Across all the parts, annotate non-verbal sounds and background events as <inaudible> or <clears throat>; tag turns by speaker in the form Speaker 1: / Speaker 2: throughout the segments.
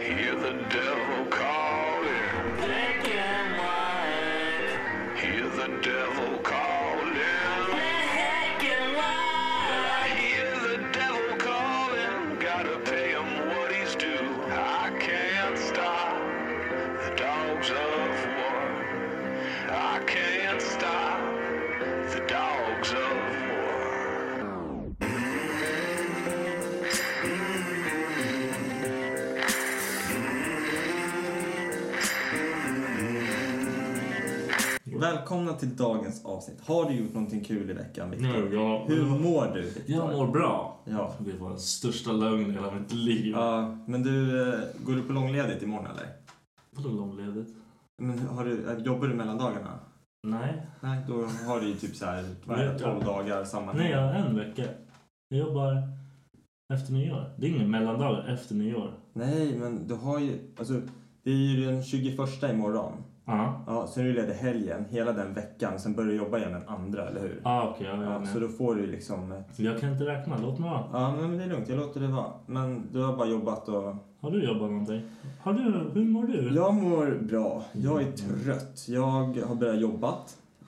Speaker 1: Hear the devil calling. Black and white. Hear the devil calling. Black and white. I hear the devil calling. Gotta pay him what he's due. I can't stop the dogs of war. I can't stop the dogs of war.
Speaker 2: Välkomna till dagens avsnitt. Har du gjort någonting kul i veckan Viktor?
Speaker 3: Nej, jag-
Speaker 2: Hur mår du Viktor?
Speaker 3: Jag mår bra.
Speaker 2: Ja.
Speaker 3: Det var den största lögnen i hela mitt liv.
Speaker 2: Ja, men du, eh, går du på långledigt imorgon eller?
Speaker 3: Vadå långledigt?
Speaker 2: Men har du, eh, jobbar du mellan dagarna?
Speaker 3: Nej.
Speaker 2: Nej, då har du ju typ så här, vad är det,
Speaker 3: Nej,
Speaker 2: 12
Speaker 3: ja.
Speaker 2: dagar samma
Speaker 3: Nej, jag har en vecka. Jag jobbar efter nyår. Det är ingen mellandag efter nyår.
Speaker 2: Nej, men du har ju, alltså det är ju den 21 imorgon.
Speaker 3: Ja.
Speaker 2: Ja, sen är du ledig helgen, hela den veckan, sen börjar du jobba igen den andra, eller hur?
Speaker 3: Ah, okej. jag,
Speaker 2: Ja, så då får du liksom ett...
Speaker 3: jag kan inte räkna. Låt mig vara.
Speaker 2: Ja, men det är lugnt, jag låter det vara. Men du har bara jobbat och...
Speaker 3: Har du jobbat någonting? Har du? Hur mår du? Mm.
Speaker 2: Jag mår bra. Jag är trött. Jag har börjat jobba.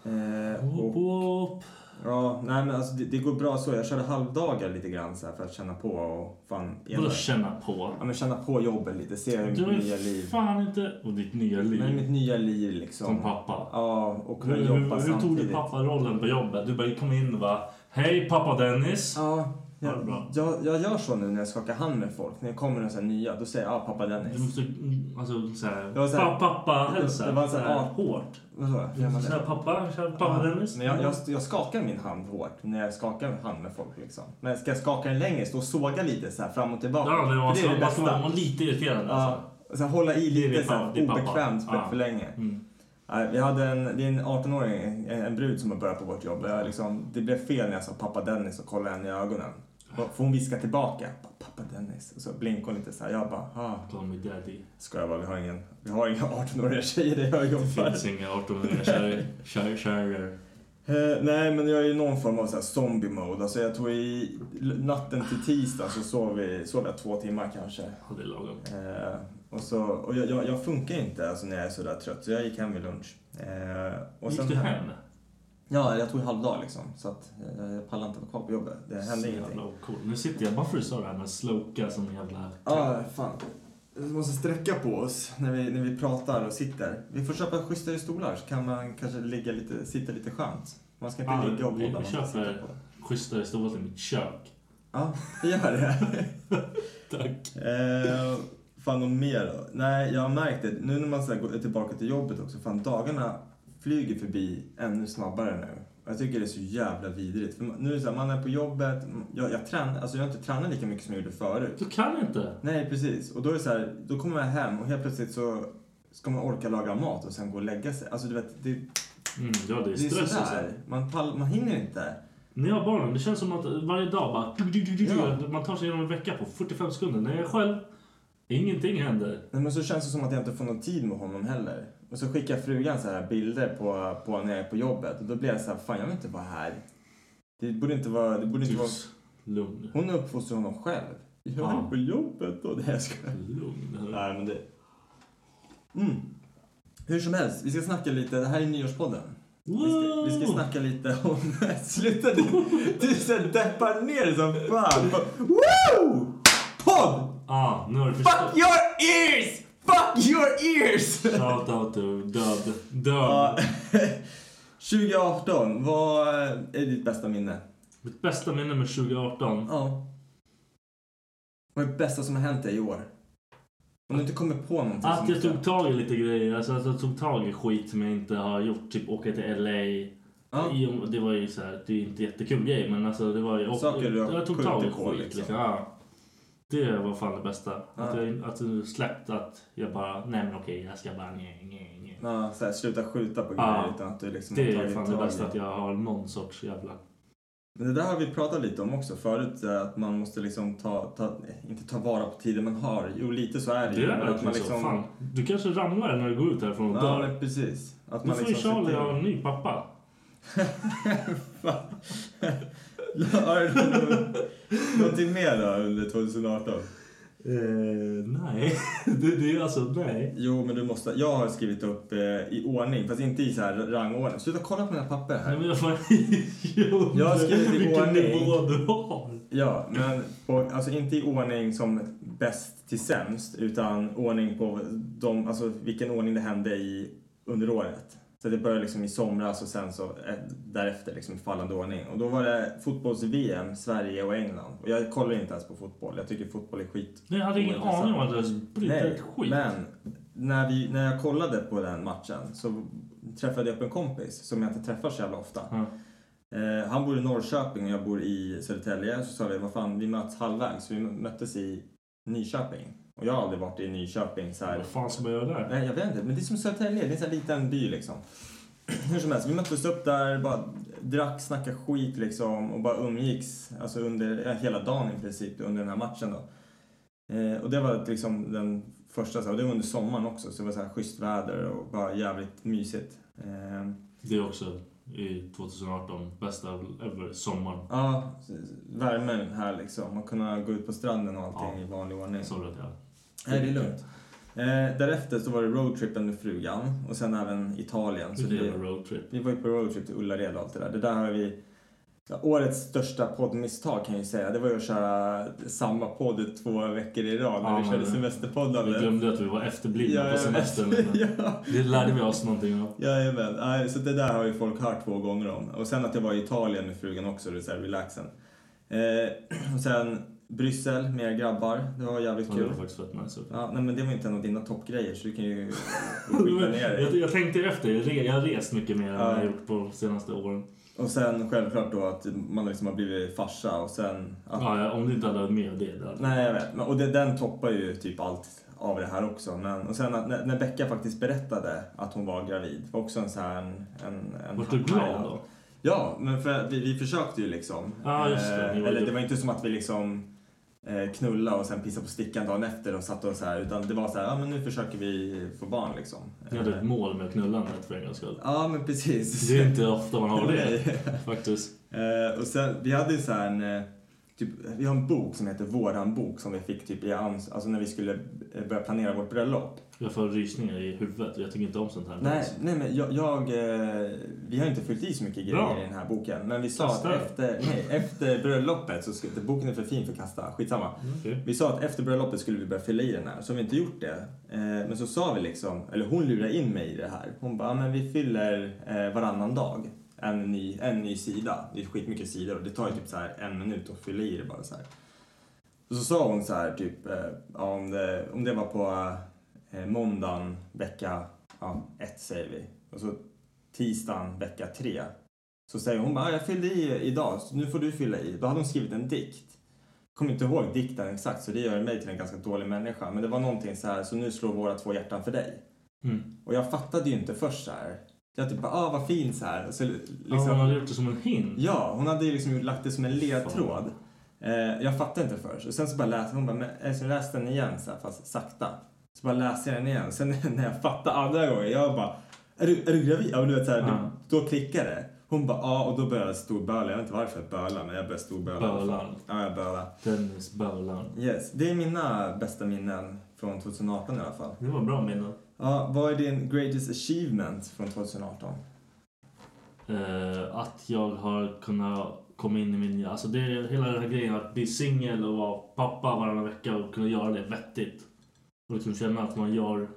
Speaker 2: Eh,
Speaker 3: Hopp,
Speaker 2: och,
Speaker 3: hopp.
Speaker 2: ja, nej, men alltså, det, det går bra så. Jag körde halvdagar lite grann så här, för att känna på och fan...
Speaker 3: Vadå känna på?
Speaker 2: Ja, men känna på jobbet lite, se hur mitt
Speaker 3: Du
Speaker 2: nya
Speaker 3: är
Speaker 2: liv...
Speaker 3: fan inte... Och ditt nya
Speaker 2: Men mitt
Speaker 3: liv.
Speaker 2: nya liv liksom.
Speaker 3: Som pappa.
Speaker 2: Ja, och kunna
Speaker 3: Hur,
Speaker 2: jobba
Speaker 3: hur, hur tog
Speaker 2: samtidigt.
Speaker 3: du papparollen på jobbet? Du bara kom in och bara Hej pappa Dennis!
Speaker 2: Ja,
Speaker 3: Ja, det är bra.
Speaker 2: jag, jag, jag gör så nu när jag skakar hand med folk. När jag kommer några så här nya, då säger jag ah, pappa
Speaker 3: Du
Speaker 2: Dennis.
Speaker 3: måste mm, alltså såhär,
Speaker 2: var såhär-
Speaker 3: pa, pappa hälsa.
Speaker 2: det var såhär,
Speaker 3: Såhär,
Speaker 2: ja.
Speaker 3: hårt.
Speaker 2: Vad sa jag?
Speaker 3: Du
Speaker 2: Gör man
Speaker 3: måste
Speaker 2: det?
Speaker 3: säga pappa, tja, pappa Dennis.
Speaker 2: Men jag, jag, jag skakar min hand hårt när jag skakar hand med folk. Liksom. Men ska jag skaka den längre, stå och såga lite så här fram och tillbaka.
Speaker 3: Ja, det var
Speaker 2: För
Speaker 3: så, man ska vara
Speaker 2: bästa.
Speaker 3: lite irriterande
Speaker 2: Ja,
Speaker 3: alltså.
Speaker 2: och sen hålla i
Speaker 3: Det är
Speaker 2: lite
Speaker 3: din
Speaker 2: så här
Speaker 3: pappa, din pappa.
Speaker 2: obekvämt för,
Speaker 3: Ja.
Speaker 2: för länge.
Speaker 3: Mm.
Speaker 2: Nej, Vi hade en, det är en 18-åring, en en brud som har börjat på vårt jobb. Jag Eh, liksom, det blev fel när jag sa pappa Dennis och kollade henne i ögonen. Och- För hon viskade tillbaka, pappa Dennis. Och så blinkade hon lite så här. Jag bara, ah,
Speaker 3: Call me daddy.
Speaker 2: skojar bara, vi har ingen, vi har inga 18-åriga tjejer där jag
Speaker 3: Det
Speaker 2: jobbar.
Speaker 3: finns inga 18-åriga kärringar. Kär, kär.
Speaker 2: Eh, nej, men jag är i någon form av så här zombie mode. Alltså jag tog i l- natten till tisdag så sov, vi, sov jag två timmar kanske.
Speaker 3: Ja, det är lagom.
Speaker 2: Eh, och så, och jag, jag, jag funkar inte alltså, när jag är sådär trött så jag gick hem vid lunch. Eh, och
Speaker 3: Gick du hem?
Speaker 2: Ja, jag tog halvdag liksom. Så att eh, jag pallade inte vara kvar på jobbet. Det hände
Speaker 3: Så
Speaker 2: ingenting.
Speaker 3: jävla cool. Nu sitter jag bara för att du sa det här med sloka som en jävla...
Speaker 2: Ja, fan. måste sträcka på oss när vi, när vi pratar och sitter. Vi får köpa schysstare stolar så kan man kanske ligga lite, sitta lite skönt. Man ska inte
Speaker 4: Ja,
Speaker 2: ligga och
Speaker 4: vi-
Speaker 2: blodda.
Speaker 4: vi
Speaker 2: man ska
Speaker 4: köper-
Speaker 2: sitta på.
Speaker 4: Schysstare stolar till mitt kök.
Speaker 2: Ja, vi gör det.
Speaker 4: <laughs> Tack.
Speaker 2: Eh, fan, och mer då? Nej, jag har märkt det. Nu när man så här går tillbaka till jobbet också. Fan, dagarna flyger förbi ännu snabbare nu. Och Jag tycker det är så jävla vidrigt. För man- nu är det så här, man är på jobbet. Jag, jag, tränar, alltså jag har inte tränat lika mycket som jag gjorde förut.
Speaker 4: Du kan inte.
Speaker 2: Nej, precis. Och då är det så här, då kommer jag hem och helt plötsligt så ska man orka laga mat och sen gå och lägga sig. Alltså du vet, det,
Speaker 4: Mm, ja, det är
Speaker 2: det är
Speaker 4: stress alltså.
Speaker 2: sådär. Man, pall, man hinner inte.
Speaker 4: När jag har barnen, det känns som att varje dag bara...
Speaker 2: Ja.
Speaker 4: Man tar sig igenom en vecka på 45 sekunder. När jag är själv, ingenting händer.
Speaker 2: Nej, men så känns det som att jag inte får någon tid med honom heller. Och så skickar frugan så här bilder på, på när jag är på jobbet. Och då blir jag så här, fan jag vill inte vara här. Det borde inte vara... Det borde inte vara...
Speaker 4: Tyst, lugn,
Speaker 2: Hon uppfostrar honom själv. Jag är
Speaker 4: Ja.
Speaker 2: på jobbet och det här ska...
Speaker 4: lugn.
Speaker 2: Nej, men det... Mm. Hur som helst, vi ska snacka lite. Det här är nyårspodden. Vi ska, vi ska snacka lite om... <laughs> Sluta! Du, du så här deppar ner dig som fan. Woo! Podd!
Speaker 4: Ah, nu har du förstått.
Speaker 2: Fuck your ears! Fuck your ears!
Speaker 4: Shout out to död. Död.
Speaker 2: Ja. 2018, vad är ditt bästa minne?
Speaker 4: Mitt bästa minne med 2018.
Speaker 2: Ja. Vad är det bästa som har hänt dig i år? Om du inte kommer på någonting
Speaker 4: Att
Speaker 2: som-
Speaker 4: jag tog tag i lite grejer. Alltså att jag tog tag i skit som jag inte har gjort. Typ åka till LA.
Speaker 2: Ja.
Speaker 4: I- Det var ju så här, det är inte jättekul grej men alltså det var ju...
Speaker 2: Saker du har
Speaker 4: jag tog
Speaker 2: skjutit
Speaker 4: tag i
Speaker 2: på,
Speaker 4: skit
Speaker 2: liksom.
Speaker 4: liksom. Ja. Det var fan det bästa. Att
Speaker 2: Ja.
Speaker 4: jag att jag släppte att jag bara, nej men okej jag ska bara nej, nej, nej.
Speaker 2: Ja, så här, sluta skjuta på grejer
Speaker 4: Ja.
Speaker 2: utan att du liksom
Speaker 4: Det
Speaker 2: har
Speaker 4: är
Speaker 2: tagit
Speaker 4: fan det
Speaker 2: tag i
Speaker 4: bästa att jag har någon sorts jävla...
Speaker 2: Men det där har vi pratat lite om också förut, eh, att man måste liksom ta, ta nej, inte ta vara på tiden man har. Jo, lite så är det
Speaker 4: Det är
Speaker 2: men att
Speaker 4: verkligen
Speaker 2: man liksom-
Speaker 4: så. Fan, du kanske ramlar när du går ut härifrån och
Speaker 2: Ja,
Speaker 4: dör.
Speaker 2: men precis. Att liksom
Speaker 4: Nu får ju
Speaker 2: ser
Speaker 4: Charlie
Speaker 2: till-
Speaker 4: ha en ny
Speaker 2: <laughs>
Speaker 4: pappa.
Speaker 2: Fan. Har du någon- Någonting mer då under 2018?
Speaker 4: Eh, nej, <laughs> det, det är alltså nej.
Speaker 2: Jo, men du måste. Jag har skrivit upp eh, i ordning, fast inte i så här rangordning. Sluta kolla på mina papper
Speaker 4: nej
Speaker 2: här.
Speaker 4: men jag, <laughs> fan, jag,
Speaker 2: Jag har skrivit i
Speaker 4: vilken
Speaker 2: ordning.
Speaker 4: nivå du har.
Speaker 2: Ja, men på, alltså inte i ordning som bäst till sämst, utan ordning på de, alltså vilken ordning det hände i under året. Så det började liksom i somras och sen så eh, därefter liksom i fallande ordning. Och då var det fotbolls-VM, Sverige och England. Och jag kollar inte ens på fotboll. Jag tycker fotboll är skit.
Speaker 4: Nej, jag hade ingen
Speaker 2: ointressant.
Speaker 4: aning om att jag brydde mig ett skit.
Speaker 2: men när, vi, när jag kollade på den matchen så träffade jag upp en kompis som jag inte träffar så jävla ofta.
Speaker 4: Ja.
Speaker 2: Eh, han bor i Norrköping och jag bor i Södertälje. Så sa vi, vad fan, vi möts halvvägs. Så vi möttes i Nyköping. Och jag har aldrig varit i Nyköping så här.
Speaker 4: Vad fan ska man göra där?
Speaker 2: Nej, jag vet inte. Men det är som Södertälje, det är en sån här liten by liksom. <clears throat> Hur som helst, vi möttes upp där, bara drack, snackade skit liksom och bara umgicks alltså under ja, hela dagen i princip under den här matchen då. Eh, och det var liksom den första, så här, och det var under sommaren också så det var så här schysst väder och bara jävligt mysigt. Eh,
Speaker 4: Det är också i 2018, bästa ever, sommaren.
Speaker 2: ja, värmen här liksom och kunna gå ut på stranden och allting
Speaker 4: Ja.
Speaker 2: i vanlig ordning.
Speaker 4: Sorry att jag...
Speaker 2: Nej, det är lugnt. Eh, därefter så var det roadtrippen med frugan och sen även Italien. Så
Speaker 4: Så det
Speaker 2: det-
Speaker 4: var roadtrip.
Speaker 2: Vi var ju på roadtrip till Ullared och allt det där. Det där har vi... Ja, årets största poddmisstag kan jag ju säga. Det var ju att köra samma podd två veckor i rad när
Speaker 4: Ja,
Speaker 2: vi körde
Speaker 4: men- Vi
Speaker 2: semesterpoddande.
Speaker 4: glömde att vi var efterblivna
Speaker 2: Ja,
Speaker 4: på
Speaker 2: jag vet.
Speaker 4: semestern.
Speaker 2: <laughs> ja,
Speaker 4: Det lärde vi oss någonting av.
Speaker 2: jajamän. Nej, Så det där har ju folk hört två gånger om. Och sen att jag var i Italien med frugan också, det är så här relaxen. Eh, och sen Bryssel med era grabbar. Det var jävligt
Speaker 4: Ja, Det
Speaker 2: kul.
Speaker 4: var faktiskt fett nice. också.
Speaker 2: Ja, nej, men det var inte en av dina toppgrejer så du kan
Speaker 4: <laughs>
Speaker 2: ju skita ner dig.
Speaker 4: Jag, jag tänkte efter, jag re- jag har rest mycket mer än
Speaker 2: Ja.
Speaker 4: jag har gjort på de senaste åren.
Speaker 2: Och sen självklart då att man liksom har blivit farsa och sen att
Speaker 4: Ja, ja, om du inte hade varit med det. det hade-
Speaker 2: Nej, jag vet. Men- Och det, den toppar ju typ allt av det här också. Men, och sen att, när, när Becka faktiskt berättade att hon var gravid var också en så här... En, en, en
Speaker 4: Vart du glad
Speaker 2: highlight.
Speaker 4: då?
Speaker 2: Ja, men för att vi, vi försökte ju liksom.
Speaker 4: Ja, just det.
Speaker 2: Eh,
Speaker 4: Ni var
Speaker 2: eller
Speaker 4: ju-
Speaker 2: det var inte som att vi liksom eh, knulla och sen pissa på stickan dagen efter och satt och så här. Utan det var så här, ja men nu försöker vi få barn liksom.
Speaker 4: Ni hade ett mål med knullandet för en gångs skull.
Speaker 2: Ja, men precis. <laughs>
Speaker 4: Det är inte ofta man har
Speaker 2: Nej.
Speaker 4: det. Faktiskt.
Speaker 2: Eh, och sen, vi hade ju så här en, eh, Typ, vi har en bok som heter Våran bok som vi fick typ i ans- alltså när vi skulle eh, börja planera vårt bröllop.
Speaker 4: Jag får rysningar i huvudet och jag tycker inte om sånt här.
Speaker 2: Nej, nej men jag, jag, eh, vi har inte fyllt i så mycket grejer
Speaker 4: Bra.
Speaker 2: i den här boken. Men vi sa att
Speaker 4: Kasta den.
Speaker 2: efter, nej, efter bröllopet, så skulle, boken är för fin för att kasta, skitsamma.
Speaker 4: Mm, Okej.
Speaker 2: Vi sa att efter bröllopet skulle vi börja fylla i den här, så har vi inte gjort det. Eh, men så sa vi liksom, eller hon lurade in mig i det här. Hon bara, "Ja, men vi fyller eh, varannan dag. En ny, en ny sida. Det är skitmycket sidor och det tar ju typ så här en minut att fylla i det bara så här. Och så sa hon så här typ, eh, ja, om, det, om det var på eh, måndagen vecka ja, ett säger vi. Och så tisdagen vecka tre. Så säger hon bara, "Ja, jag fyllde i idag, så nu får du fylla i. Då hade hon skrivit en dikt. Kommer inte ihåg dikten exakt, så det gör mig till en ganska dålig människa. Men det var någonting så här, så nu slår våra två hjärtan för dig.
Speaker 4: Mm.
Speaker 2: Och jag fattade ju inte först så här. Jag typ bara, ah vad fin så här. Och så,
Speaker 4: Ja,
Speaker 2: liksom,
Speaker 4: hon hade gjort det som en hint.
Speaker 2: Ja, hon hade ju liksom lagt det som en ledtråd. Eh, jag fattade inte först. Och sen så bara läste hon bara, men, eh, så läste den igen så här, fast sakta. Så bara läste jag den igen. Sen <laughs> när jag fattade andra gången, jag bara, är du, är du gravid? Ja, men du vet så här,
Speaker 4: Ja.
Speaker 2: då, då klickade det. Hon bara, ja, och då började jag storböla. Jag vet inte varför jag bölade, men jag började storböla. i alla fall.
Speaker 4: Bölar.
Speaker 2: Ja, jag bölade.
Speaker 4: Dennis Bölan.
Speaker 2: Yes, det är mina bästa minnen från 2018 i alla fall.
Speaker 4: Det var bra minnen.
Speaker 2: Ja, vad är din greatest achievement från 2018?
Speaker 4: Eh, att jag har kunnat komma in i min... Alltså det är hela den här grejen att bli singel och vara pappa varannan vecka och kunna göra det vettigt. Och liksom känna att man gör...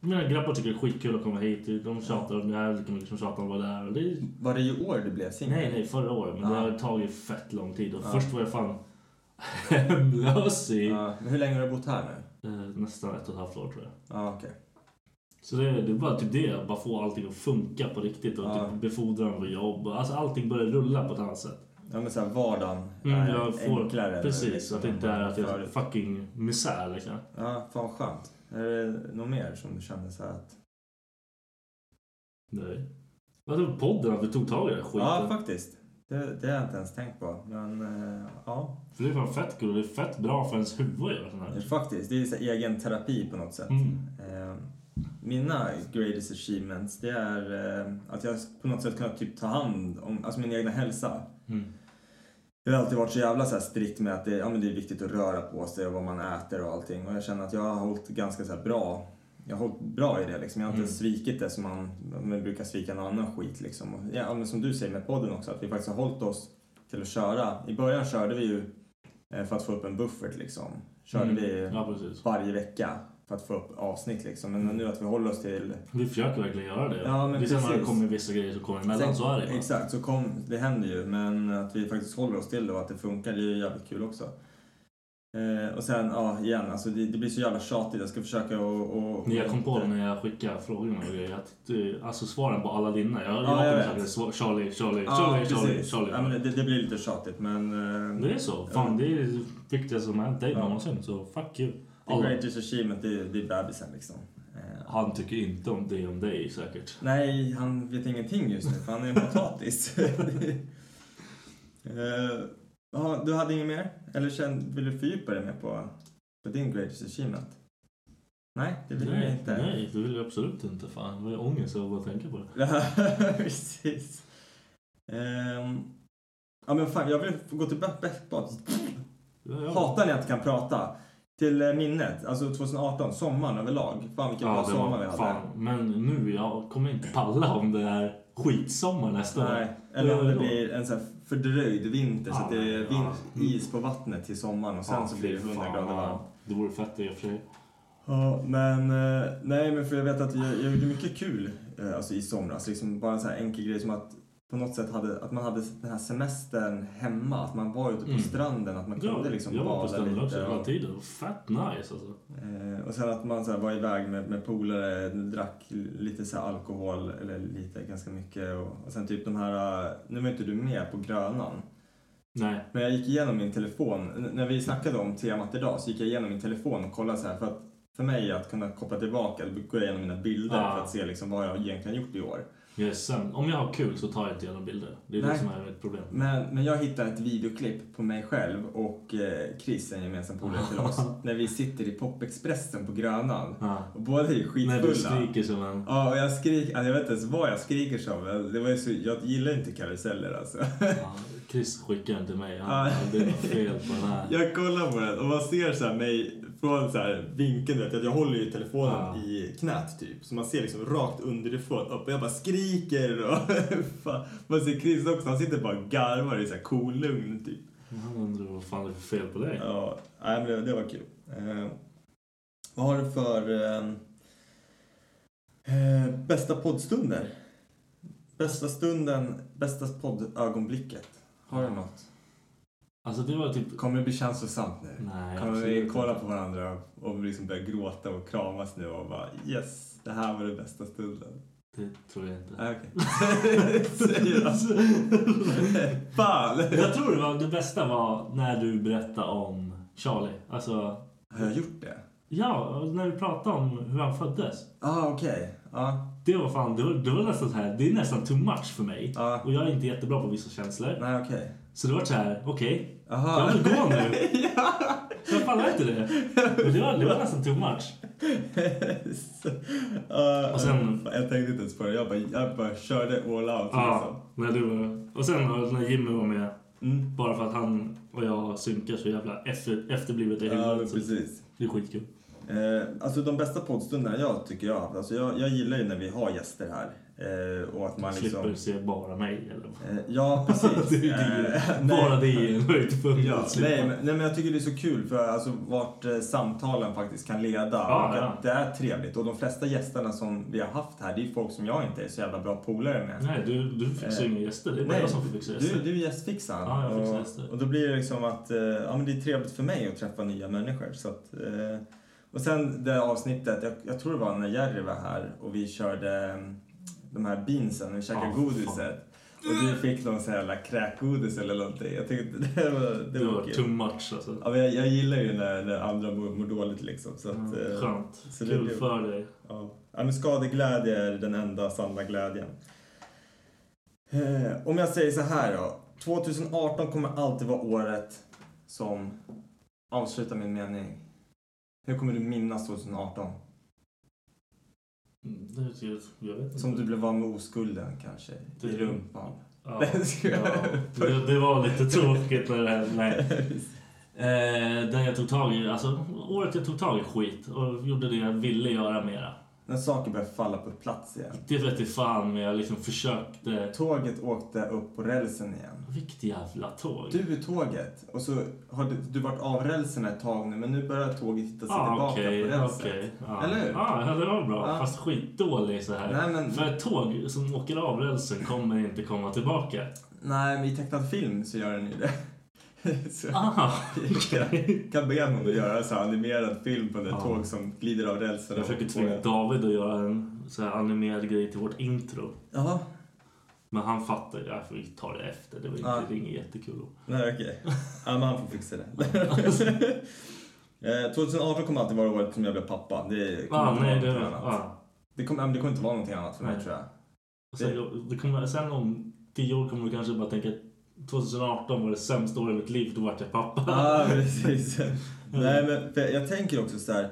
Speaker 4: Mina grabbar tycker det är skitkul att komma hit. De tjatar om det här lika mycket som tjatar om vad det är. Och det är
Speaker 2: Var det i år du blev singel?
Speaker 4: Nej, nej, förra året. Men det
Speaker 2: Ja.
Speaker 4: har tagit fett lång tid. Och först var jag fan hemlös i
Speaker 2: Ja, men hur länge har du bott här nu?
Speaker 4: eh, nästan ett och ett halvt år tror jag.
Speaker 2: Ja, okej.
Speaker 4: Så det, det var typ det, att bara få allting att funka på riktigt. Och
Speaker 2: Ja.
Speaker 4: typ befordran och jobb. Och Alltså allting börjar rulla på ett annat sätt.
Speaker 2: Ja men såhär vardagen
Speaker 4: Mm,
Speaker 2: är
Speaker 4: jag får,
Speaker 2: enklare.
Speaker 4: precis,
Speaker 2: nu, liksom,
Speaker 4: att det inte är att jag
Speaker 2: förut.
Speaker 4: fucking misär liksom.
Speaker 2: Ja, fan skönt. Är det något mer som du känner så här att...
Speaker 4: Nej. Vadå podden, att vi tog tag i den här skiten?
Speaker 2: Ja, faktiskt. Det, det har jag inte ens tänkt på. Men eh, ja,
Speaker 4: För det är fan fett kul och det är fett bra för ens huvud att göra sån
Speaker 2: det är
Speaker 4: här.
Speaker 2: faktiskt. Det är så här egen terapi på något sätt.
Speaker 4: Mm.
Speaker 2: Eh, mina greatest achievements, det är eh, att jag på något sätt kunnat typ ta hand om alltså min egna hälsa.
Speaker 4: Mm.
Speaker 2: Jag har alltid varit så jävla så här strikt med att det, ja, men det är viktigt att röra på sig och vad man äter och allting. Och jag känner att jag har hållit ganska så här bra. Jag har hållit bra i det liksom. Jag har inte
Speaker 4: Mm.
Speaker 2: svikit det som man, man brukar svika någon annan skit liksom. Och, ja, men som du säger med podden också, att vi faktiskt har hållit oss till att köra. I början körde vi ju eh, för att få upp en buffert liksom. Körde
Speaker 4: Mm.
Speaker 2: vi
Speaker 4: Ja, precis.
Speaker 2: varje vecka för att få upp avsnitt liksom. Men nu att vi håller oss till
Speaker 4: Vi försöker verkligen göra det.
Speaker 2: Ja, men
Speaker 4: det är sen när det
Speaker 2: precis.
Speaker 4: kommer vissa grejer som kommer emellan, alltså, så är det ju.
Speaker 2: Exakt, så kom, det händer ju. Men att vi faktiskt håller oss till det och att det funkar, det är ju jävligt kul också. Eh, och sen, ja, igen, alltså det, det blir så jävla tjatigt. Jag ska försöka och... och
Speaker 4: Jag kom på när jag skickade frågorna och grejer att eh, alltså svaren på alla dina. Jag,
Speaker 2: Ja, jag
Speaker 4: jag
Speaker 2: vet.
Speaker 4: kommer säkert Charlie, Charlie,
Speaker 2: Ja,
Speaker 4: Charlie,
Speaker 2: precis.
Speaker 4: Charlie, Charlie.
Speaker 2: Ja, men det, det blir lite tjatigt, men... eh,
Speaker 4: Det är så. Fan, det är det viktigaste som hänt dig
Speaker 2: Ja.
Speaker 4: någonsin. Så fuck you.
Speaker 2: The
Speaker 4: Alla.
Speaker 2: greatest achievement, det, det är bebisen liksom. Eh,
Speaker 4: Han tycker inte om det om dig säkert.
Speaker 2: nej, han vet ingenting just nu, för han är en
Speaker 4: <laughs>
Speaker 2: potatis. eh, ja, du hade inget mer? Eller känn, vill du fördjupa dig mer på, på din greatest achievement? Nej, det vill jag
Speaker 4: Nej,
Speaker 2: inte.
Speaker 4: nej, det vill jag absolut inte. Fan, vad är ångest av att bara tänka på det.
Speaker 2: Ja, <laughs> precis. Ehm, ja, men fan, jag vill gå till bä- bäst bad.
Speaker 4: Ja, ja.
Speaker 2: Hatar när jag inte kan prata. Till eh, minnet, alltså 2018, sommaren överlag. Fan vilken bra
Speaker 4: Ja, det
Speaker 2: sommar vi
Speaker 4: var,
Speaker 2: hade.
Speaker 4: fan. Men nu, jag kommer inte palla om det är skitsommar nästa år.
Speaker 2: Nej, eller om
Speaker 4: Vad
Speaker 2: det
Speaker 4: gör jag då?
Speaker 2: blir en så här fördröjd vinter så
Speaker 4: Ja,
Speaker 2: att det är
Speaker 4: nej,
Speaker 2: vin-
Speaker 4: ja.
Speaker 2: is på vattnet till sommaren och sen
Speaker 4: Ja,
Speaker 2: så blir det 100
Speaker 4: fan,
Speaker 2: grader
Speaker 4: ja.
Speaker 2: varmt.
Speaker 4: Det vore fett det i och för sig.
Speaker 2: Ja, men eh, nej, men för jag vet att jag, jag gjorde mycket kul eh, alltså i somras. Liksom bara en sån här enkel grej som att på något sätt hade, att man hade den här semestern hemma. Att man var ute på
Speaker 4: Mm.
Speaker 2: stranden, att man kunde liksom
Speaker 4: jag var på
Speaker 2: bada
Speaker 4: stranden också
Speaker 2: lite.
Speaker 4: hela
Speaker 2: Och,
Speaker 4: tiden. Fett nice alltså.
Speaker 2: eh, och sen att man så här, var iväg med, med polare, drack lite så här alkohol, eller lite, ganska mycket. Och, och sen typ de här, eh, nu var inte du med på Grönan.
Speaker 4: Nej.
Speaker 2: Men jag gick igenom min telefon, N- när vi snackade om temat idag så gick jag igenom min telefon och kollade så här för att för mig att kunna koppla tillbaka, då går jag igenom mina bilder
Speaker 4: Ah.
Speaker 2: för att se liksom vad jag egentligen gjort i år.
Speaker 4: Jag är sen. Om jag har kul så tar jag inte gärna bilder. Det är det
Speaker 2: Nej.
Speaker 4: som är mitt problem.
Speaker 2: Men, men jag hittade ett videoklipp på mig själv och eh, Chris, en gemensam polare till oss, när vi sitter i Popexpressen på Grönan. Och båda är skitfulla.
Speaker 4: När du skriker som en...
Speaker 2: Ja, och jag skriker, alltså, jag vet inte ens vad jag skriker som. Det var ju så, jag gillar inte karuseller alltså.
Speaker 4: Chris skickade den till mig.
Speaker 2: <laughs>
Speaker 4: Han,
Speaker 2: Ja.
Speaker 4: han, det är något fel på den här.
Speaker 2: Jag kollar på den och man ser så här mig från så här vinkeln, du vet, jag håller ju telefonen
Speaker 4: Ja.
Speaker 2: i knät typ. Så man ser liksom rakt underifrån upp och jag bara skriker och <laughs> fan. man ser Chris också, han sitter bara och garvar i så här kolugn typ.
Speaker 4: Han undrar vad fan det är för fel på dig.
Speaker 2: Ja, nej, men det, det var kul. Eh, vad har du för eh, eh, bästa poddstunder? Bästa stunden, bästa poddögonblicket. Har du något?
Speaker 4: Alltså det var typ...
Speaker 2: Kommer det bli känslosamt nu?
Speaker 4: Nej,
Speaker 2: Kommer vi
Speaker 4: absolut
Speaker 2: kolla
Speaker 4: inte.
Speaker 2: på varandra och liksom börja gråta och kramas nu och bara yes, det här var den bästa stunden.
Speaker 4: Det tror jag inte.
Speaker 2: Nej, Okej. <laughs> Säger
Speaker 4: <laughs>
Speaker 2: han. Fan!
Speaker 4: Jag tror det, var, det bästa var när du berättade om Charlie. Alltså,
Speaker 2: Har jag gjort det?
Speaker 4: ja, när du pratade om hur han föddes.
Speaker 2: Ah, okej. Ah,
Speaker 4: Det var fan, det var, det var nästan så här, det är nästan too much för mig.
Speaker 2: Ja.
Speaker 4: Och jag är inte jättebra på vissa känslor.
Speaker 2: nej, okej.
Speaker 4: Så det var så här, okej,
Speaker 2: Aha.
Speaker 4: jag vill gå
Speaker 2: <laughs>
Speaker 4: nu. Jag pallar inte det. Men det var, det var nästan too much.
Speaker 2: Ja,
Speaker 4: Och sen-
Speaker 2: jag tänkte inte ens på det. Jag bara, jag bara körde all out.
Speaker 4: Ja,
Speaker 2: liksom.
Speaker 4: när du var... Och sen när Jimmy var med. Bara för att han och jag synkar så jävla efter, efterblivet i
Speaker 2: ja men
Speaker 4: huvudet. så
Speaker 2: precis.
Speaker 4: det är skitkul.
Speaker 2: Eh, alltså de bästa poddstunderna jag tycker jag har haft. Alltså, jag, jag gillar ju när vi har gäster här. Eh, och att man
Speaker 4: Slipper
Speaker 2: liksom...
Speaker 4: se bara mig eller vad.
Speaker 2: Eh, ja, precis.
Speaker 4: <laughs> Det är det.
Speaker 2: Eh, nej.
Speaker 4: bara det <laughs> är en höjdpunkt.
Speaker 2: Ja,
Speaker 4: att slippa.
Speaker 2: nej, men, nej men jag tycker det är så kul för alltså, vart eh, samtalen faktiskt kan leda.
Speaker 4: Ja,
Speaker 2: och
Speaker 4: ja.
Speaker 2: att Det är trevligt och de flesta gästerna som vi har haft här det är folk som jag inte är så jävla bra polare med.
Speaker 4: Nej, du, du fixar ju inga gäster. Det är
Speaker 2: Eh,
Speaker 4: bara
Speaker 2: Nej,
Speaker 4: jag som får fixa gäster.
Speaker 2: du, du är gästfixaren.
Speaker 4: Ja, jag fixar
Speaker 2: och,
Speaker 4: gäster.
Speaker 2: och då blir det liksom att eh, ja, men det är trevligt för mig att träffa nya människor. Så att, eh, och sen det här avsnittet, jag, jag tror det var när Jerry var här och vi körde eh, de här beansen, vi käkade
Speaker 4: Ja, fan.
Speaker 2: godiset. Och du fick någon sån här jävla kräkgodis eller någonting. Jag tyckte det var, det
Speaker 4: Det
Speaker 2: var
Speaker 4: var too
Speaker 2: kul.
Speaker 4: much alltså.
Speaker 2: Ja, men jag, jag gillar ju när, när andra mår, mår dåligt liksom. Så att, eh,
Speaker 4: Mm, Skönt.
Speaker 2: så det
Speaker 4: Kul
Speaker 2: blev-
Speaker 4: för dig.
Speaker 2: Ja. ja, men skadeglädje är den enda sanna glädjen. Eh, om jag säger så här då. 2018 kommer alltid vara året som avslutar min mening. Hur kommer du minnas 2018?
Speaker 4: Mm, Det är ju- jag vet inte.
Speaker 2: Som du blev av med oskulden kanske, i
Speaker 4: Det-
Speaker 2: rumpan. <laughs>
Speaker 4: Ja,
Speaker 2: Nej, jag skojar.
Speaker 4: ja. det, det var lite
Speaker 2: <laughs>
Speaker 4: tråkigt när det hände. Nej. Eh, där jag tog tag i, alltså året jag tog tag i skit och gjorde det jag ville göra mera.
Speaker 2: När saker började falla på plats igen.
Speaker 4: Det vete fan men jag liksom försökte.
Speaker 2: Tåget åkte upp på rälsen igen.
Speaker 4: Vilket jävla tåg.
Speaker 2: Du är tåget och så har du, du varit av rälsen ett tag nu men nu börjar tåget hitta sig
Speaker 4: ah,
Speaker 2: tillbaka
Speaker 4: okej,
Speaker 2: på rälsen.
Speaker 4: okej. Ah. Ja.
Speaker 2: Eller hur?
Speaker 4: Ja, det var bra.
Speaker 2: Ja.
Speaker 4: Fast skitdålig så här.
Speaker 2: Nej, men-
Speaker 4: För ett tåg som åker av rälsen kommer inte komma tillbaka.
Speaker 2: Nej, men i tecknad film så gör den ju det. <laughs> så
Speaker 4: Ah,
Speaker 2: jag kan be honom att göra så här animerad film på det
Speaker 4: Ja.
Speaker 2: tåg som glider av rälsen.
Speaker 4: Ah. Jag
Speaker 2: och-
Speaker 4: försöker tvinga
Speaker 2: och-
Speaker 4: David att göra en så här animerad grej till vårt intro.
Speaker 2: Jaha,
Speaker 4: Men han fattar ju, "Ja, vi tar det efter. Det var inte,
Speaker 2: Ja.
Speaker 4: det är inget jättekul.
Speaker 2: nej
Speaker 4: <laughs>
Speaker 2: okej. Ja, men han får fixa det. Eh, 2018 kommer alltid vara året som jag blev pappa. Det kommer,
Speaker 4: Ah,
Speaker 2: inte vara
Speaker 4: nej, det,
Speaker 2: någonting annat.
Speaker 4: ah.
Speaker 2: Det, kommer, ja, men det kommer inte vara någonting annat för mig
Speaker 4: Nej.
Speaker 2: tror jag.
Speaker 4: Och sen, det kommer, sen om tio år kommer du kanske bara tänka att 2018 var det sämsta året i mitt liv, då vart jag pappa.
Speaker 2: Ja, precis. Nej, men för jag tänker också så här.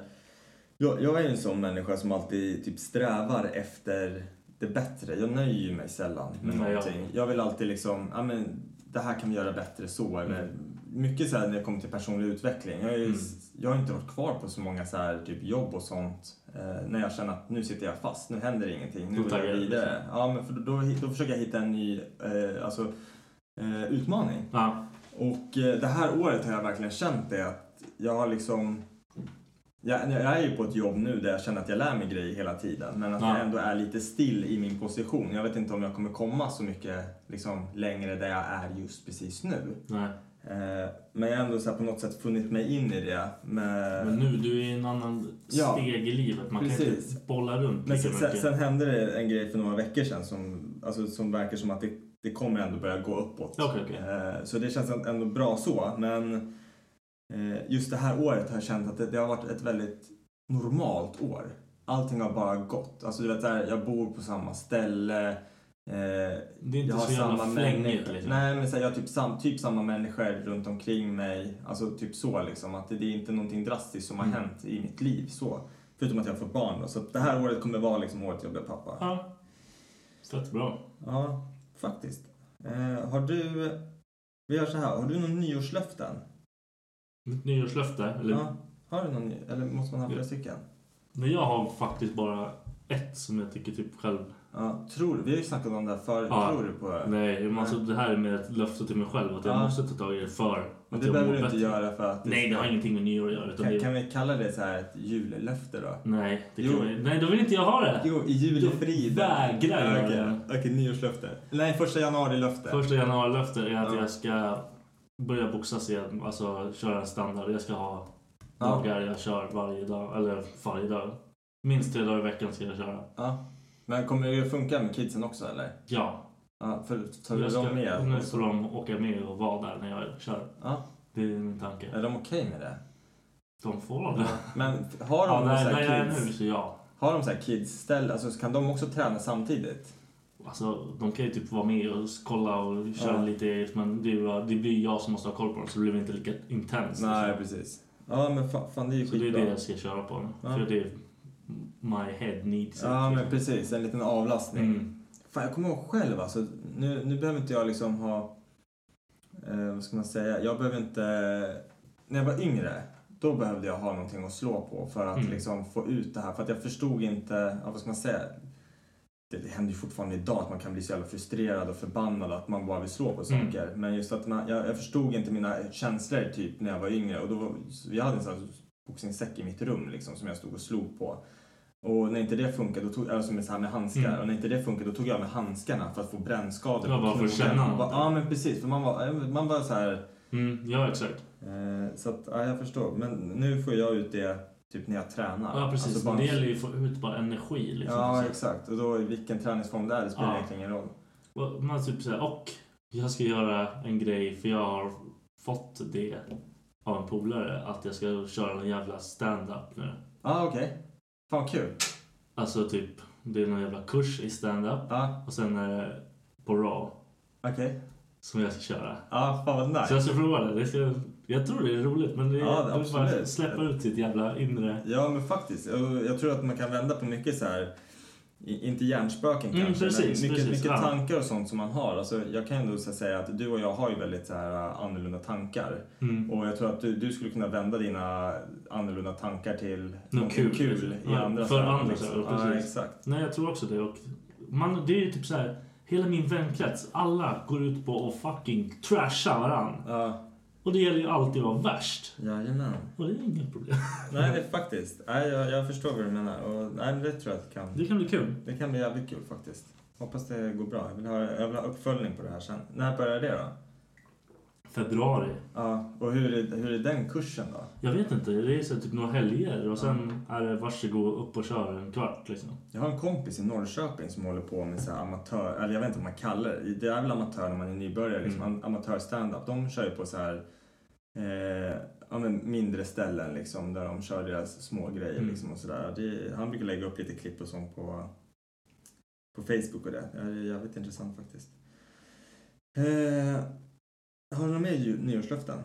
Speaker 2: Jag, jag är ju en sån människa som alltid typ strävar efter det bättre. Jag nöjer ju mig sällan med
Speaker 4: Mm, ja.
Speaker 2: någonting. Jag vill alltid liksom, ja men det här kan vi göra bättre så.
Speaker 4: Mm.
Speaker 2: Eller, mycket så här när det kommer till personlig utveckling. Jag, är ju, jag har inte varit kvar på så många så här typ jobb och sånt. Eh, när jag känner att nu sitter jag fast, nu händer ingenting, nu
Speaker 4: Då
Speaker 2: går jag
Speaker 4: taggar du
Speaker 2: vidare.
Speaker 4: liksom.
Speaker 2: Ja, men för då, då, då försöker jag hitta en ny eh, alltså, eh, utmaning.
Speaker 4: <laughs> Ja.
Speaker 2: Och eh, det här året har jag verkligen känt det att jag har liksom... Jag, jag är ju på ett jobb nu där jag känner att jag lär mig grejer hela tiden men att
Speaker 4: Ja.
Speaker 2: jag ändå är lite still i min position. Jag vet inte om jag kommer komma så mycket liksom, längre där jag är just precis nu.
Speaker 4: Nej.
Speaker 2: Eh, men jag har ändå så här, på något sätt funnit mig in i det. Med...
Speaker 4: Men nu, du är i en annan
Speaker 2: Ja.
Speaker 4: steg i livet. Man kan
Speaker 2: Precis.
Speaker 4: inte bolla runt
Speaker 2: Men
Speaker 4: lika
Speaker 2: sen, sen,
Speaker 4: mycket.
Speaker 2: sen hände det en grej för några veckor sedan som, alltså, som verkar som att det, det kommer ändå börja gå uppåt.
Speaker 4: Okej, okej.
Speaker 2: Eh, Så det känns ändå bra så. Men eh, just det här året har jag känt att det, det har varit ett väldigt normalt år. Allting har bara gått. Alltså, du vet, så här, jag bor på samma ställe.
Speaker 4: Det är inte så jävla flängigt liksom.
Speaker 2: Nej, men så här, jag har typ, sam, typ samma människor runt omkring mig. Alltså typ så liksom. Att det, det är inte någonting drastiskt som har
Speaker 4: Mm.
Speaker 2: hänt i mitt liv så. Förutom att jag har fått barn då. Så att det här året kommer vara liksom året jag blev pappa.
Speaker 4: Ja. Fett bra.
Speaker 2: Ja, faktiskt. Eh, har du... Vi gör så här. Har du någon nyårslöften?
Speaker 4: Mitt nyårslöfte, eller?
Speaker 2: Ja. Har du någon ny, Eller måste man ha flera stycken?
Speaker 4: Men jag har faktiskt bara ett som jag tycker typ själv.
Speaker 2: Ja, tror, vi har ju snackat om det här förut.
Speaker 4: Ja.
Speaker 2: Tror du på...
Speaker 4: Nej, men alltså det här är mer ett löfte till mig själv att jag
Speaker 2: Ja.
Speaker 4: måste ta tag i det för
Speaker 2: Men
Speaker 4: att
Speaker 2: det
Speaker 4: jag
Speaker 2: behöver
Speaker 4: mår
Speaker 2: du inte
Speaker 4: bättre.
Speaker 2: göra för att...
Speaker 4: Nej, det har ingenting med nyår att göra. Utan
Speaker 2: Kan,
Speaker 4: det...
Speaker 2: kan vi kalla det så här ett jullöfte då?
Speaker 4: Nej, det
Speaker 2: Jo.
Speaker 4: kan vi... Nej, då vill inte jag ha det.
Speaker 2: Jo, i julefrid.
Speaker 4: Då vägrar jag
Speaker 2: Okej,
Speaker 4: göra
Speaker 2: Okej, nyårslöfte. Nej, första januari-löfte.
Speaker 4: Första januari-löftet är att
Speaker 2: Ja.
Speaker 4: jag ska börja boxas igen, alltså köra en standard. Jag ska ha
Speaker 2: Ja.
Speaker 4: dagar jag kör varje dag, eller varje dag. Minst tre dagar i veckan ska jag köra.
Speaker 2: Ja. Men kommer det att funka med kidsen också eller?
Speaker 4: Ja.
Speaker 2: Ja, för tar du
Speaker 4: Jag ska,
Speaker 2: dem med?
Speaker 4: nu får de åka med och vara där när jag kör.
Speaker 2: Ja.
Speaker 4: Det är min tanke.
Speaker 2: Är de okej med det?
Speaker 4: De får vara det.
Speaker 2: Men f- har de
Speaker 4: Ja,
Speaker 2: så
Speaker 4: där, där jag
Speaker 2: här
Speaker 4: är nu
Speaker 2: kids...
Speaker 4: så ja.
Speaker 2: Har de så här kids-ställ? Alltså, så kan de också träna samtidigt?
Speaker 4: Alltså, de kan ju typ vara med och kolla och köra
Speaker 2: Ja.
Speaker 4: lite eget men det, är ju- det blir ju jag som måste ha koll på dem så det blir inte lika intensivt.
Speaker 2: Nej, precis. Ja, men fan, fan det är ju
Speaker 4: Så det är det
Speaker 2: skitbra.
Speaker 4: jag ska köra på nu.
Speaker 2: Ja.
Speaker 4: För det är my head needs
Speaker 2: Ja,
Speaker 4: it. Liksom.
Speaker 2: men precis. En liten avlastning.
Speaker 4: Mm.
Speaker 2: Fan, jag kommer ihåg själv alltså. Nu, nu behöver inte jag liksom ha... Eh, vad ska man säga? Jag behöver inte... När jag var yngre, då behövde jag ha någonting att slå på för att
Speaker 4: Mm.
Speaker 2: liksom få ut det här. För att jag förstod inte... Ja, vad ska man säga? Det, det händer ju fortfarande idag att man kan bli så jävla frustrerad och förbannad att man bara vill slå på
Speaker 4: Mm.
Speaker 2: saker. Men just att man, jag, jag förstod inte mina känslor typ när jag var yngre. Och då var, jag hade en sån här boxningssäck i mitt rum liksom, som jag stod och slog på. Och när inte det funkade, då tog, alltså med, så här med handskar,
Speaker 4: Mm.
Speaker 2: och när inte det funkade då tog jag med handskarna för att få brännskador.
Speaker 4: Ja,
Speaker 2: på
Speaker 4: bara för att
Speaker 2: knogen.
Speaker 4: känna
Speaker 2: Man bara,
Speaker 4: någonting.
Speaker 2: Ja, men precis. För man var, eh, man var så här...
Speaker 4: Mm, ja, exakt.
Speaker 2: Eh, så att, ja, jag förstår. Men nu får jag ut det typ när jag tränar.
Speaker 4: Ja, precis.
Speaker 2: Alltså,
Speaker 4: men
Speaker 2: bara-
Speaker 4: det gäller ju att få ut bara energi. Liksom,
Speaker 2: Ja,
Speaker 4: Så-
Speaker 2: exakt. Och då i vilken träningsform det är, det spelar
Speaker 4: Ja.
Speaker 2: egentligen ingen roll.
Speaker 4: Och Man typ såhär, och jag ska göra en grej för jag har fått det av en polare att jag ska köra en jävla stand-up nu.
Speaker 2: Ja, okej. Fan, vad kul.
Speaker 4: Alltså typ, det är någon jävla kurs i stand-up
Speaker 2: Ja,
Speaker 4: och sen är det på Raw
Speaker 2: okej.
Speaker 4: som jag ska köra.
Speaker 2: Ja, fan vad nice.
Speaker 4: Så jag ska prova det. det ska, jag tror det är roligt men det är,
Speaker 2: Ja,
Speaker 4: det är bara
Speaker 2: absolut.
Speaker 4: släppa ut sitt jävla inre...
Speaker 2: Ja, men faktiskt. Och Jag tror att man kan vända på mycket så här, i- inte hjärnspöken
Speaker 4: Mm,
Speaker 2: kanske,
Speaker 4: precis,
Speaker 2: men mycket,
Speaker 4: precis,
Speaker 2: mycket
Speaker 4: ja.
Speaker 2: tankar och sånt som man har. Alltså, jag kan ändå så här säga att du och jag har ju väldigt så här, äh, annorlunda tankar.
Speaker 4: Mm.
Speaker 2: Och jag tror att du, du skulle kunna vända dina annorlunda tankar till något
Speaker 4: kul,
Speaker 2: kul,
Speaker 4: liksom.
Speaker 2: i
Speaker 4: Ja,
Speaker 2: andra
Speaker 4: för
Speaker 2: sammanhang,
Speaker 4: andra
Speaker 2: liksom.
Speaker 4: saker,
Speaker 2: Ja,
Speaker 4: precis.
Speaker 2: exakt.
Speaker 4: Nej, jag tror också det. Och man, det är ju typ så här. Hela min vänkrets, alla går ut på att fucking trasha varann.
Speaker 2: Ja,
Speaker 4: Och det gäller ju alltid att vara värst.
Speaker 2: jajamän.
Speaker 4: Och det är inget problem. <laughs>
Speaker 2: Nej, det är faktiskt. Nej, jag, jag förstår vad du menar. Och, nej, men det tror jag att det kan.
Speaker 4: Det kan bli kul.
Speaker 2: Det kan bli jävligt kul faktiskt. Hoppas det går bra. Jag vill ha, jag vill ha uppföljning på det här sen. När börjar det då?
Speaker 4: Februari.
Speaker 2: Ja, och hur är, hur är den kursen då?
Speaker 4: Jag vet inte, det är så här typ några helger och sen är det varsågod upp och kör en kvart liksom.
Speaker 2: Jag har en kompis i Norrköping som håller på med så här amatör, eller jag vet inte vad man kallar det. Det är väl amatör när man är nybörjare, liksom, am- amatör standup. De kör ju på så här, eh, ja, men mindre ställen liksom, där de kör deras små grejer
Speaker 4: Mm.
Speaker 2: liksom, och sådär. Det- Han brukar lägga upp lite klipp och sånt på, på Facebook och det. Ja, Det är jävligt intressant faktiskt. Eh, har du några mer ju- nyårslöften?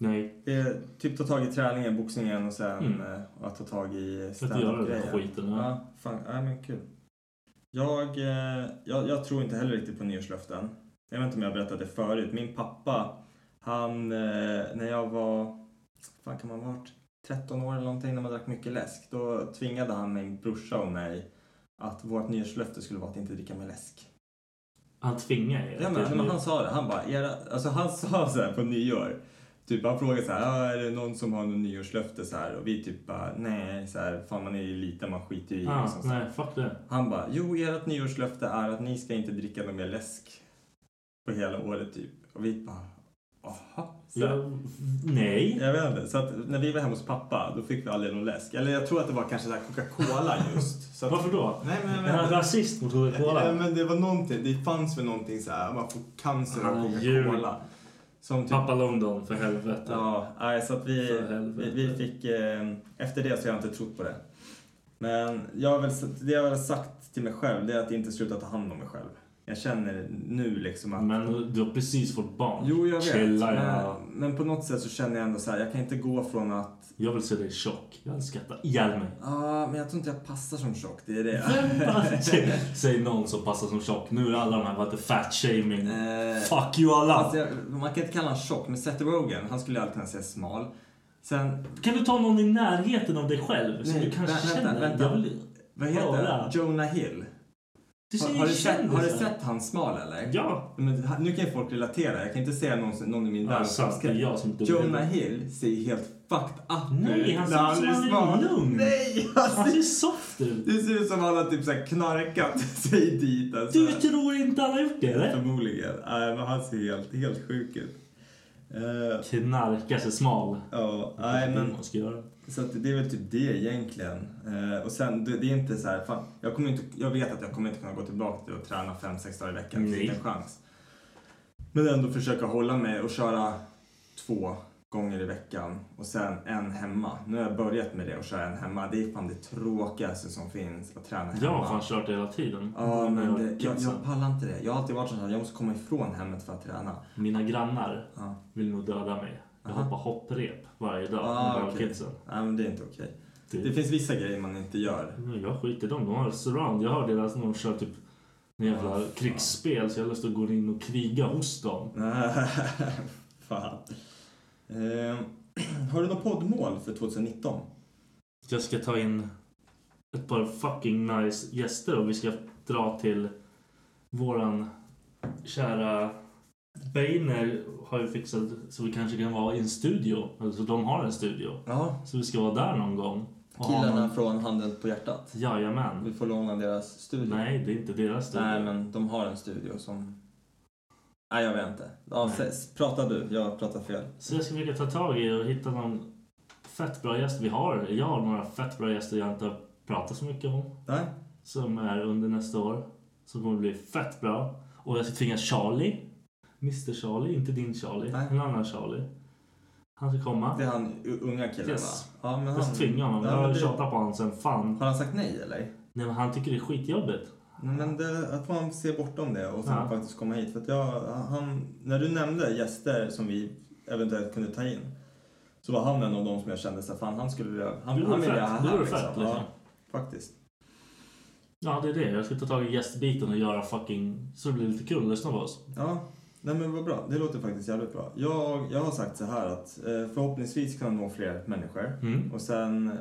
Speaker 4: Nej,
Speaker 2: Det är typ ta tag i träningen, boxningen och sen
Speaker 4: Mm.
Speaker 2: eh, att ta tag i
Speaker 4: för att göra den där
Speaker 2: standup-grejen.
Speaker 4: skiten. Ja.
Speaker 2: Ja, fan, ja, men kul. Jag, eh, jag, jag tror inte heller riktigt på nyårslöften. Jag vet inte om jag berättade det förut. Min pappa, han, eh, när jag var, fan kan man ha varit 13 år eller någonting, när man drack mycket läsk, då tvingade han min brorsa och mig att vårt nyårslöfte skulle vara att inte dricka mer läsk.
Speaker 4: Han tvingar er.
Speaker 2: Ja, men, men han sa det. Han bara, era, alltså han <laughs> sa så här på nyår. Typ han frågade så här, "Ah, är det någon som har någon nyårslöfte så här? Och vi typ bara, nej, så här, fan man är ju liten, man skiter ju i
Speaker 4: ah,
Speaker 2: liksom, så här.
Speaker 4: nej, fuck det.
Speaker 2: Han bara, jo ert nyårslöfte är att ni ska inte dricka någon mer läsk på hela året typ. Och vi bara, jaha. Så här.
Speaker 4: Jag, nej.
Speaker 2: Jag vet inte. Så att när vi var hemma hos pappa, då fick vi aldrig någon läsk. Eller jag tror att det var kanske så här Coca-Cola just. Så att,
Speaker 4: Varför då?
Speaker 2: Nej, men jag
Speaker 4: Är
Speaker 2: vet
Speaker 4: han
Speaker 2: inte.
Speaker 4: rasist mot
Speaker 2: Ja,
Speaker 4: Coca-Cola?
Speaker 2: men det var någonting. Det fanns väl någonting så här, man får cancer av
Speaker 4: Ah,
Speaker 2: Coca-Cola.
Speaker 4: ljug.
Speaker 2: Som typ...
Speaker 4: Pappa London, för helvete.
Speaker 2: Ja, nej, så att vi,
Speaker 4: För helvete.
Speaker 2: vi, vi fick... Eh, efter det så har jag inte trott på det. Men jag har väl, det jag väl har sagt till mig själv, det är att inte sluta ta hand om mig själv. Jag känner nu liksom att...
Speaker 4: Men du har precis fått barn.
Speaker 2: Jo, jag vet.
Speaker 4: Chilla, jag,
Speaker 2: men, men på något sätt så känner jag ändå så här, jag kan inte gå från att...
Speaker 4: jag vill se dig tjock. Jag hade skrattat ihjäl mig.
Speaker 2: Ja, <laughs> men jag tror inte jag passar som tjock. Det är det.
Speaker 4: Säg någon som passar som tjock. Nu är alla de här vad heter fat shaming.
Speaker 2: Eh,
Speaker 4: Fuck you alla.
Speaker 2: Alltså, jag- man kan inte kalla honom tjock, men Seth Rogen, han skulle jag aldrig kunna säga smal. Sen,
Speaker 4: Kan du ta någon i närheten av dig själv? Som du kanske
Speaker 2: vä-
Speaker 4: känner? Jag vill...
Speaker 2: Vad heter
Speaker 4: Höra.
Speaker 2: han? Jonah Hill.
Speaker 4: Du
Speaker 2: Har,
Speaker 4: säger
Speaker 2: har, du sett,
Speaker 4: kändisar.
Speaker 2: har du sett han smal eller?
Speaker 4: Ja.
Speaker 2: Men, ha- nu kan ju folk relatera. Jag kan inte säga någon, som- någon i min
Speaker 4: Ja,
Speaker 2: värld
Speaker 4: sant. Det är jag som är dum i
Speaker 2: Jonah
Speaker 4: huvudet.
Speaker 2: Hill ser ju helt fucked up
Speaker 4: Nej,
Speaker 2: ut
Speaker 4: han
Speaker 2: när
Speaker 4: ser ut som
Speaker 2: är
Speaker 4: han är
Speaker 2: smal.
Speaker 4: lugn.
Speaker 2: Nej,
Speaker 4: Han ser
Speaker 2: alltså,
Speaker 4: soft ut.
Speaker 2: det ser ut som han har typ så här knarkat <laughs> sig dit. Alltså.
Speaker 4: Du typ- tror inte han har gjort det eller?
Speaker 2: Förmodligen. Nej, men han ser helt, helt sjuk ut. Eh,
Speaker 4: Knarkar sig smal.
Speaker 2: Ja, nej men
Speaker 4: Man ska göra.
Speaker 2: så att det är väl typ det egentligen. Eh, och sen det, det är inte så här, fan, jag, kommer inte, jag vet att jag kommer inte kunna gå tillbaka till att träna fem sex dagar i veckan. Det är
Speaker 4: Nej.
Speaker 2: inte en chans. Men ändå försöka hålla mig och köra två gånger i veckan och sen en hemma. Nu har jag börjat med det och köra en hemma. Det är fan det tråkigaste som finns att träna hemma.
Speaker 4: Jag har fan kört det hela tiden.
Speaker 2: Ja, men
Speaker 4: Jag-
Speaker 2: det, jag, jag pallar inte det. Jag har alltid varit sån här, jag måste komma ifrån hemmet för att träna.
Speaker 4: Mina grannar
Speaker 2: Ja.
Speaker 4: vill nog döda mig. Jag hoppar hopprep varje dag
Speaker 2: Ah,
Speaker 4: med
Speaker 2: okej.
Speaker 4: kidsen.
Speaker 2: Nej, men det är inte okej.
Speaker 4: Det-
Speaker 2: Det finns vissa grejer man inte gör.
Speaker 4: Men Jag skiter i dem. De har restaurang. Jag hörde deras när de kör typ en jävla
Speaker 2: Ah,
Speaker 4: krigsspel så jag har lust att gå in och kriga hos dem.
Speaker 2: Mm. <laughs> Fan. Ehm, <clears throat> har du något poddmål för 2019?
Speaker 4: Jag ska ta in ett par fucking nice gäster och vi ska dra till våran kära Beiner har ju fixat så vi kanske kan vara i en studio. Alltså de har en studio.
Speaker 2: Ja,
Speaker 4: Så vi ska vara där någon gång. och ha
Speaker 2: killarna
Speaker 4: någon-
Speaker 2: från Handen på hjärtat. Vi
Speaker 4: Jajamän.
Speaker 2: får låna deras studio.
Speaker 4: Nej, det är inte deras studio.
Speaker 2: Nej, men de har en studio som... Nej, jag vet inte. Ja, s- prata du, jag pratar fel.
Speaker 4: Så jag ska försöka ta tag i och hitta någon fett bra gäst. Vi har, jag har några fett bra gäster jag inte har pratat så mycket om.
Speaker 2: Nej?
Speaker 4: Som är under nästa år. Som kommer bli fett bra. Och jag ska tvinga Charlie. Mr Charlie, inte din Charlie.
Speaker 2: Nej.
Speaker 4: En annan Charlie. Han ska komma.
Speaker 2: Det är han u- unga killen
Speaker 4: Yes.
Speaker 2: va? Ja, men
Speaker 4: Jag ska tvinga honom.
Speaker 2: Ja,
Speaker 4: jag
Speaker 2: men
Speaker 4: har
Speaker 2: det-
Speaker 4: tjatat på honom sen fan.
Speaker 2: Har han sagt nej eller?
Speaker 4: Nej men han tycker det är skitjobbigt.
Speaker 2: Nej, men det, att man ser bortom det och sen
Speaker 4: Ja.
Speaker 2: faktiskt komma hit. För att jag, han, när du nämnde gäster som vi eventuellt kunde ta in så var han en av de som jag kände så här, fan han skulle vilja, han,
Speaker 4: Det vore
Speaker 2: han vill
Speaker 4: fett.
Speaker 2: jag ha
Speaker 4: Det
Speaker 2: här
Speaker 4: vore
Speaker 2: liksom.
Speaker 4: fett, liksom.
Speaker 2: ja, faktiskt.
Speaker 4: Ja det är det. Jag ska ta tag i gästbiten och göra fucking... Så det blir lite kul att lyssna på oss.
Speaker 2: Ja, nej men vad bra. Det låter faktiskt jävligt bra. Jag, jag har sagt så här att eh, förhoppningsvis kan nå fler människor
Speaker 4: Mm.
Speaker 2: och sen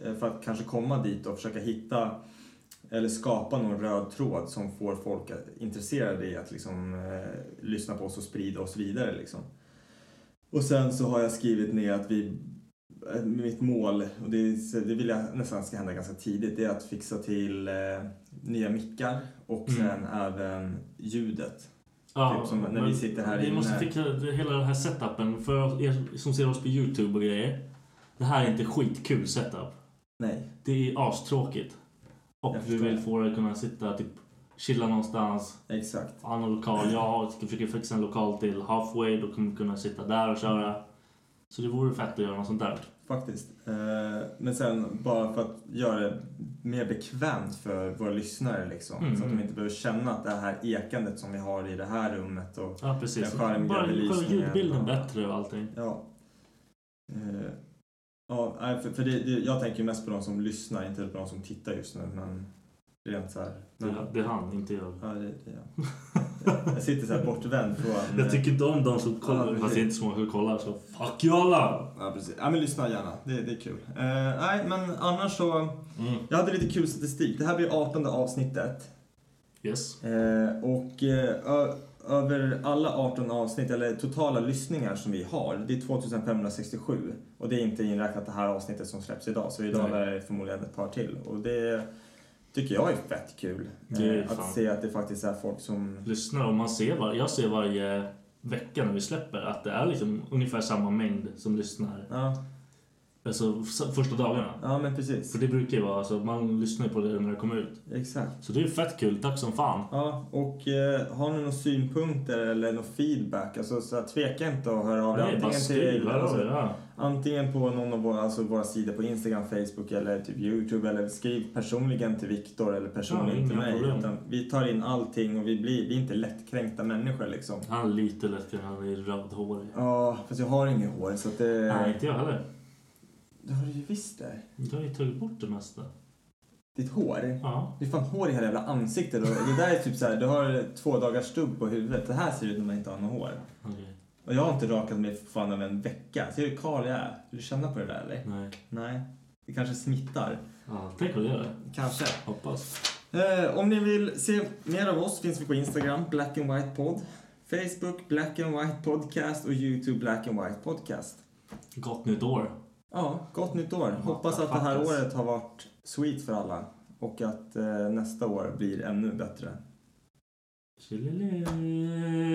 Speaker 2: eh, för att kanske komma dit och försöka hitta eller skapa någon röd tråd som får folk att- intresserade i att liksom, eh, lyssna på oss och sprida oss vidare. Liksom. Och sen så har jag skrivit ner att vi, eh, mitt mål, och det, är- så det vill jag nästan ska hända ganska tidigt, det är att fixa till eh, nya mickar och
Speaker 4: Mm.
Speaker 2: sen även ljudet.
Speaker 4: Ja,
Speaker 2: Typ som när vi
Speaker 4: men
Speaker 2: sitter här
Speaker 4: Vi
Speaker 2: inne.
Speaker 4: måste fixa det- hela den här setupen för er som ser oss på Youtube och grejer. Det här är inte skitkul setup.
Speaker 2: Nej.
Speaker 4: Det är astråkigt. Och
Speaker 2: Jag
Speaker 4: vi
Speaker 2: förstår.
Speaker 4: vill få dig att kunna sitta typ chilla någonstans,
Speaker 2: Exakt.
Speaker 4: ha någon lokal. Jag har- ska försöka fixa en lokal till halfway, då kommer vi kunna sitta där och köra. Så det vore fett att göra något sånt där.
Speaker 2: Faktiskt. Eh, Men sen bara för att göra det mer bekvämt för våra lyssnare liksom.
Speaker 4: Mm.
Speaker 2: Så att de inte behöver känna att det här ekandet som vi har i det här rummet och
Speaker 4: Ja precis.
Speaker 2: Den charmiga
Speaker 4: Bara
Speaker 2: belysningen
Speaker 4: ljudbilden
Speaker 2: och-
Speaker 4: bättre och allting.
Speaker 2: ja. Eh, Ja, nej, för, för det, det, jag tänker ju mest på de som lyssnar, inte på de som tittar just nu. Men rent så här. Men,
Speaker 4: Det, det är han, inte jag.
Speaker 2: ja, det, det, ja. Jag sitter så här bortvänd från...
Speaker 4: Jag tycker inte om de som
Speaker 2: Ja,
Speaker 4: kollar,
Speaker 2: precis.
Speaker 4: fast det är inte så många som kollar så fuck you alla!
Speaker 2: Ja, precis. Ja, men lyssna gärna. Det, det är kul. Eh, nej, men annars så...
Speaker 4: Mm.
Speaker 2: Jag hade lite kul statistik. Det här blir 18 avsnittet.
Speaker 4: Yes.
Speaker 2: Eh, och eh, ö- över alla 18 avsnitt, eller totala lyssningar som vi har, det är 2567. Och det är inte inräknat det här avsnittet som släpps idag, så idag
Speaker 4: Nej.
Speaker 2: är det förmodligen ett par till. Och det tycker jag är fett kul.
Speaker 4: Det är
Speaker 2: eh,
Speaker 4: fan.
Speaker 2: att se att det faktiskt är folk som...
Speaker 4: lyssnar och man ser var, jag ser varje vecka när vi släpper att det är liksom ungefär samma mängd som lyssnar.
Speaker 2: Ja,
Speaker 4: Alltså f- första dagarna.
Speaker 2: Ja, men precis.
Speaker 4: För det brukar ju vara, alltså, man lyssnar ju på det när det kommer ut.
Speaker 2: Exakt.
Speaker 4: Så det är ju fett kul, tack som fan.
Speaker 2: Ja, och eh, har ni några synpunkter eller någon feedback, alltså, så här, tveka inte att höra av er. alltså,
Speaker 4: Nej, bara skriv, hör av er, ja.
Speaker 2: antingen på någon av våra, alltså, våra sidor på Instagram, Facebook eller typ Youtube. Eller skriv personligen till Viktor eller personligen
Speaker 4: Ja,
Speaker 2: till
Speaker 4: inga
Speaker 2: mig.
Speaker 4: problem.
Speaker 2: Utan vi tar in allting och vi, blir, vi är inte lättkränkta människor liksom.
Speaker 4: Han är lite lätt han är rödhårig.
Speaker 2: Ja, fast jag har inget hår så att det...
Speaker 4: Nej, inte jag heller.
Speaker 2: Det har du ju visst det.
Speaker 4: Du har ju tagit bort det mesta.
Speaker 2: Ditt hår?
Speaker 4: Ja.
Speaker 2: Det är fan hår i hela jävla ansiktet. Och det där är typ så här, du har två dagars stubb på huvudet. Det här ser ut när man inte har något hår.
Speaker 4: Okej.
Speaker 2: Och jag har inte rakat mig för fan av en vecka. Ser du hur kal jag är? Vill du känna på det där eller?
Speaker 4: Nej.
Speaker 2: Nej. Det kanske smittar.
Speaker 4: Ja, tänk om det gör det.
Speaker 2: Kanske.
Speaker 4: Hoppas.
Speaker 2: Eh, om ni vill se mer av oss finns vi på Instagram, Black and White Pod. Facebook, Black and White Podcast och Youtube, Black and White Podcast.
Speaker 4: Gott nytt år.
Speaker 2: Ja, gott nytt år. Hoppas att det här året har varit sweet för alla. Och att eh, nästa år blir ännu bättre.
Speaker 4: Tjolilu.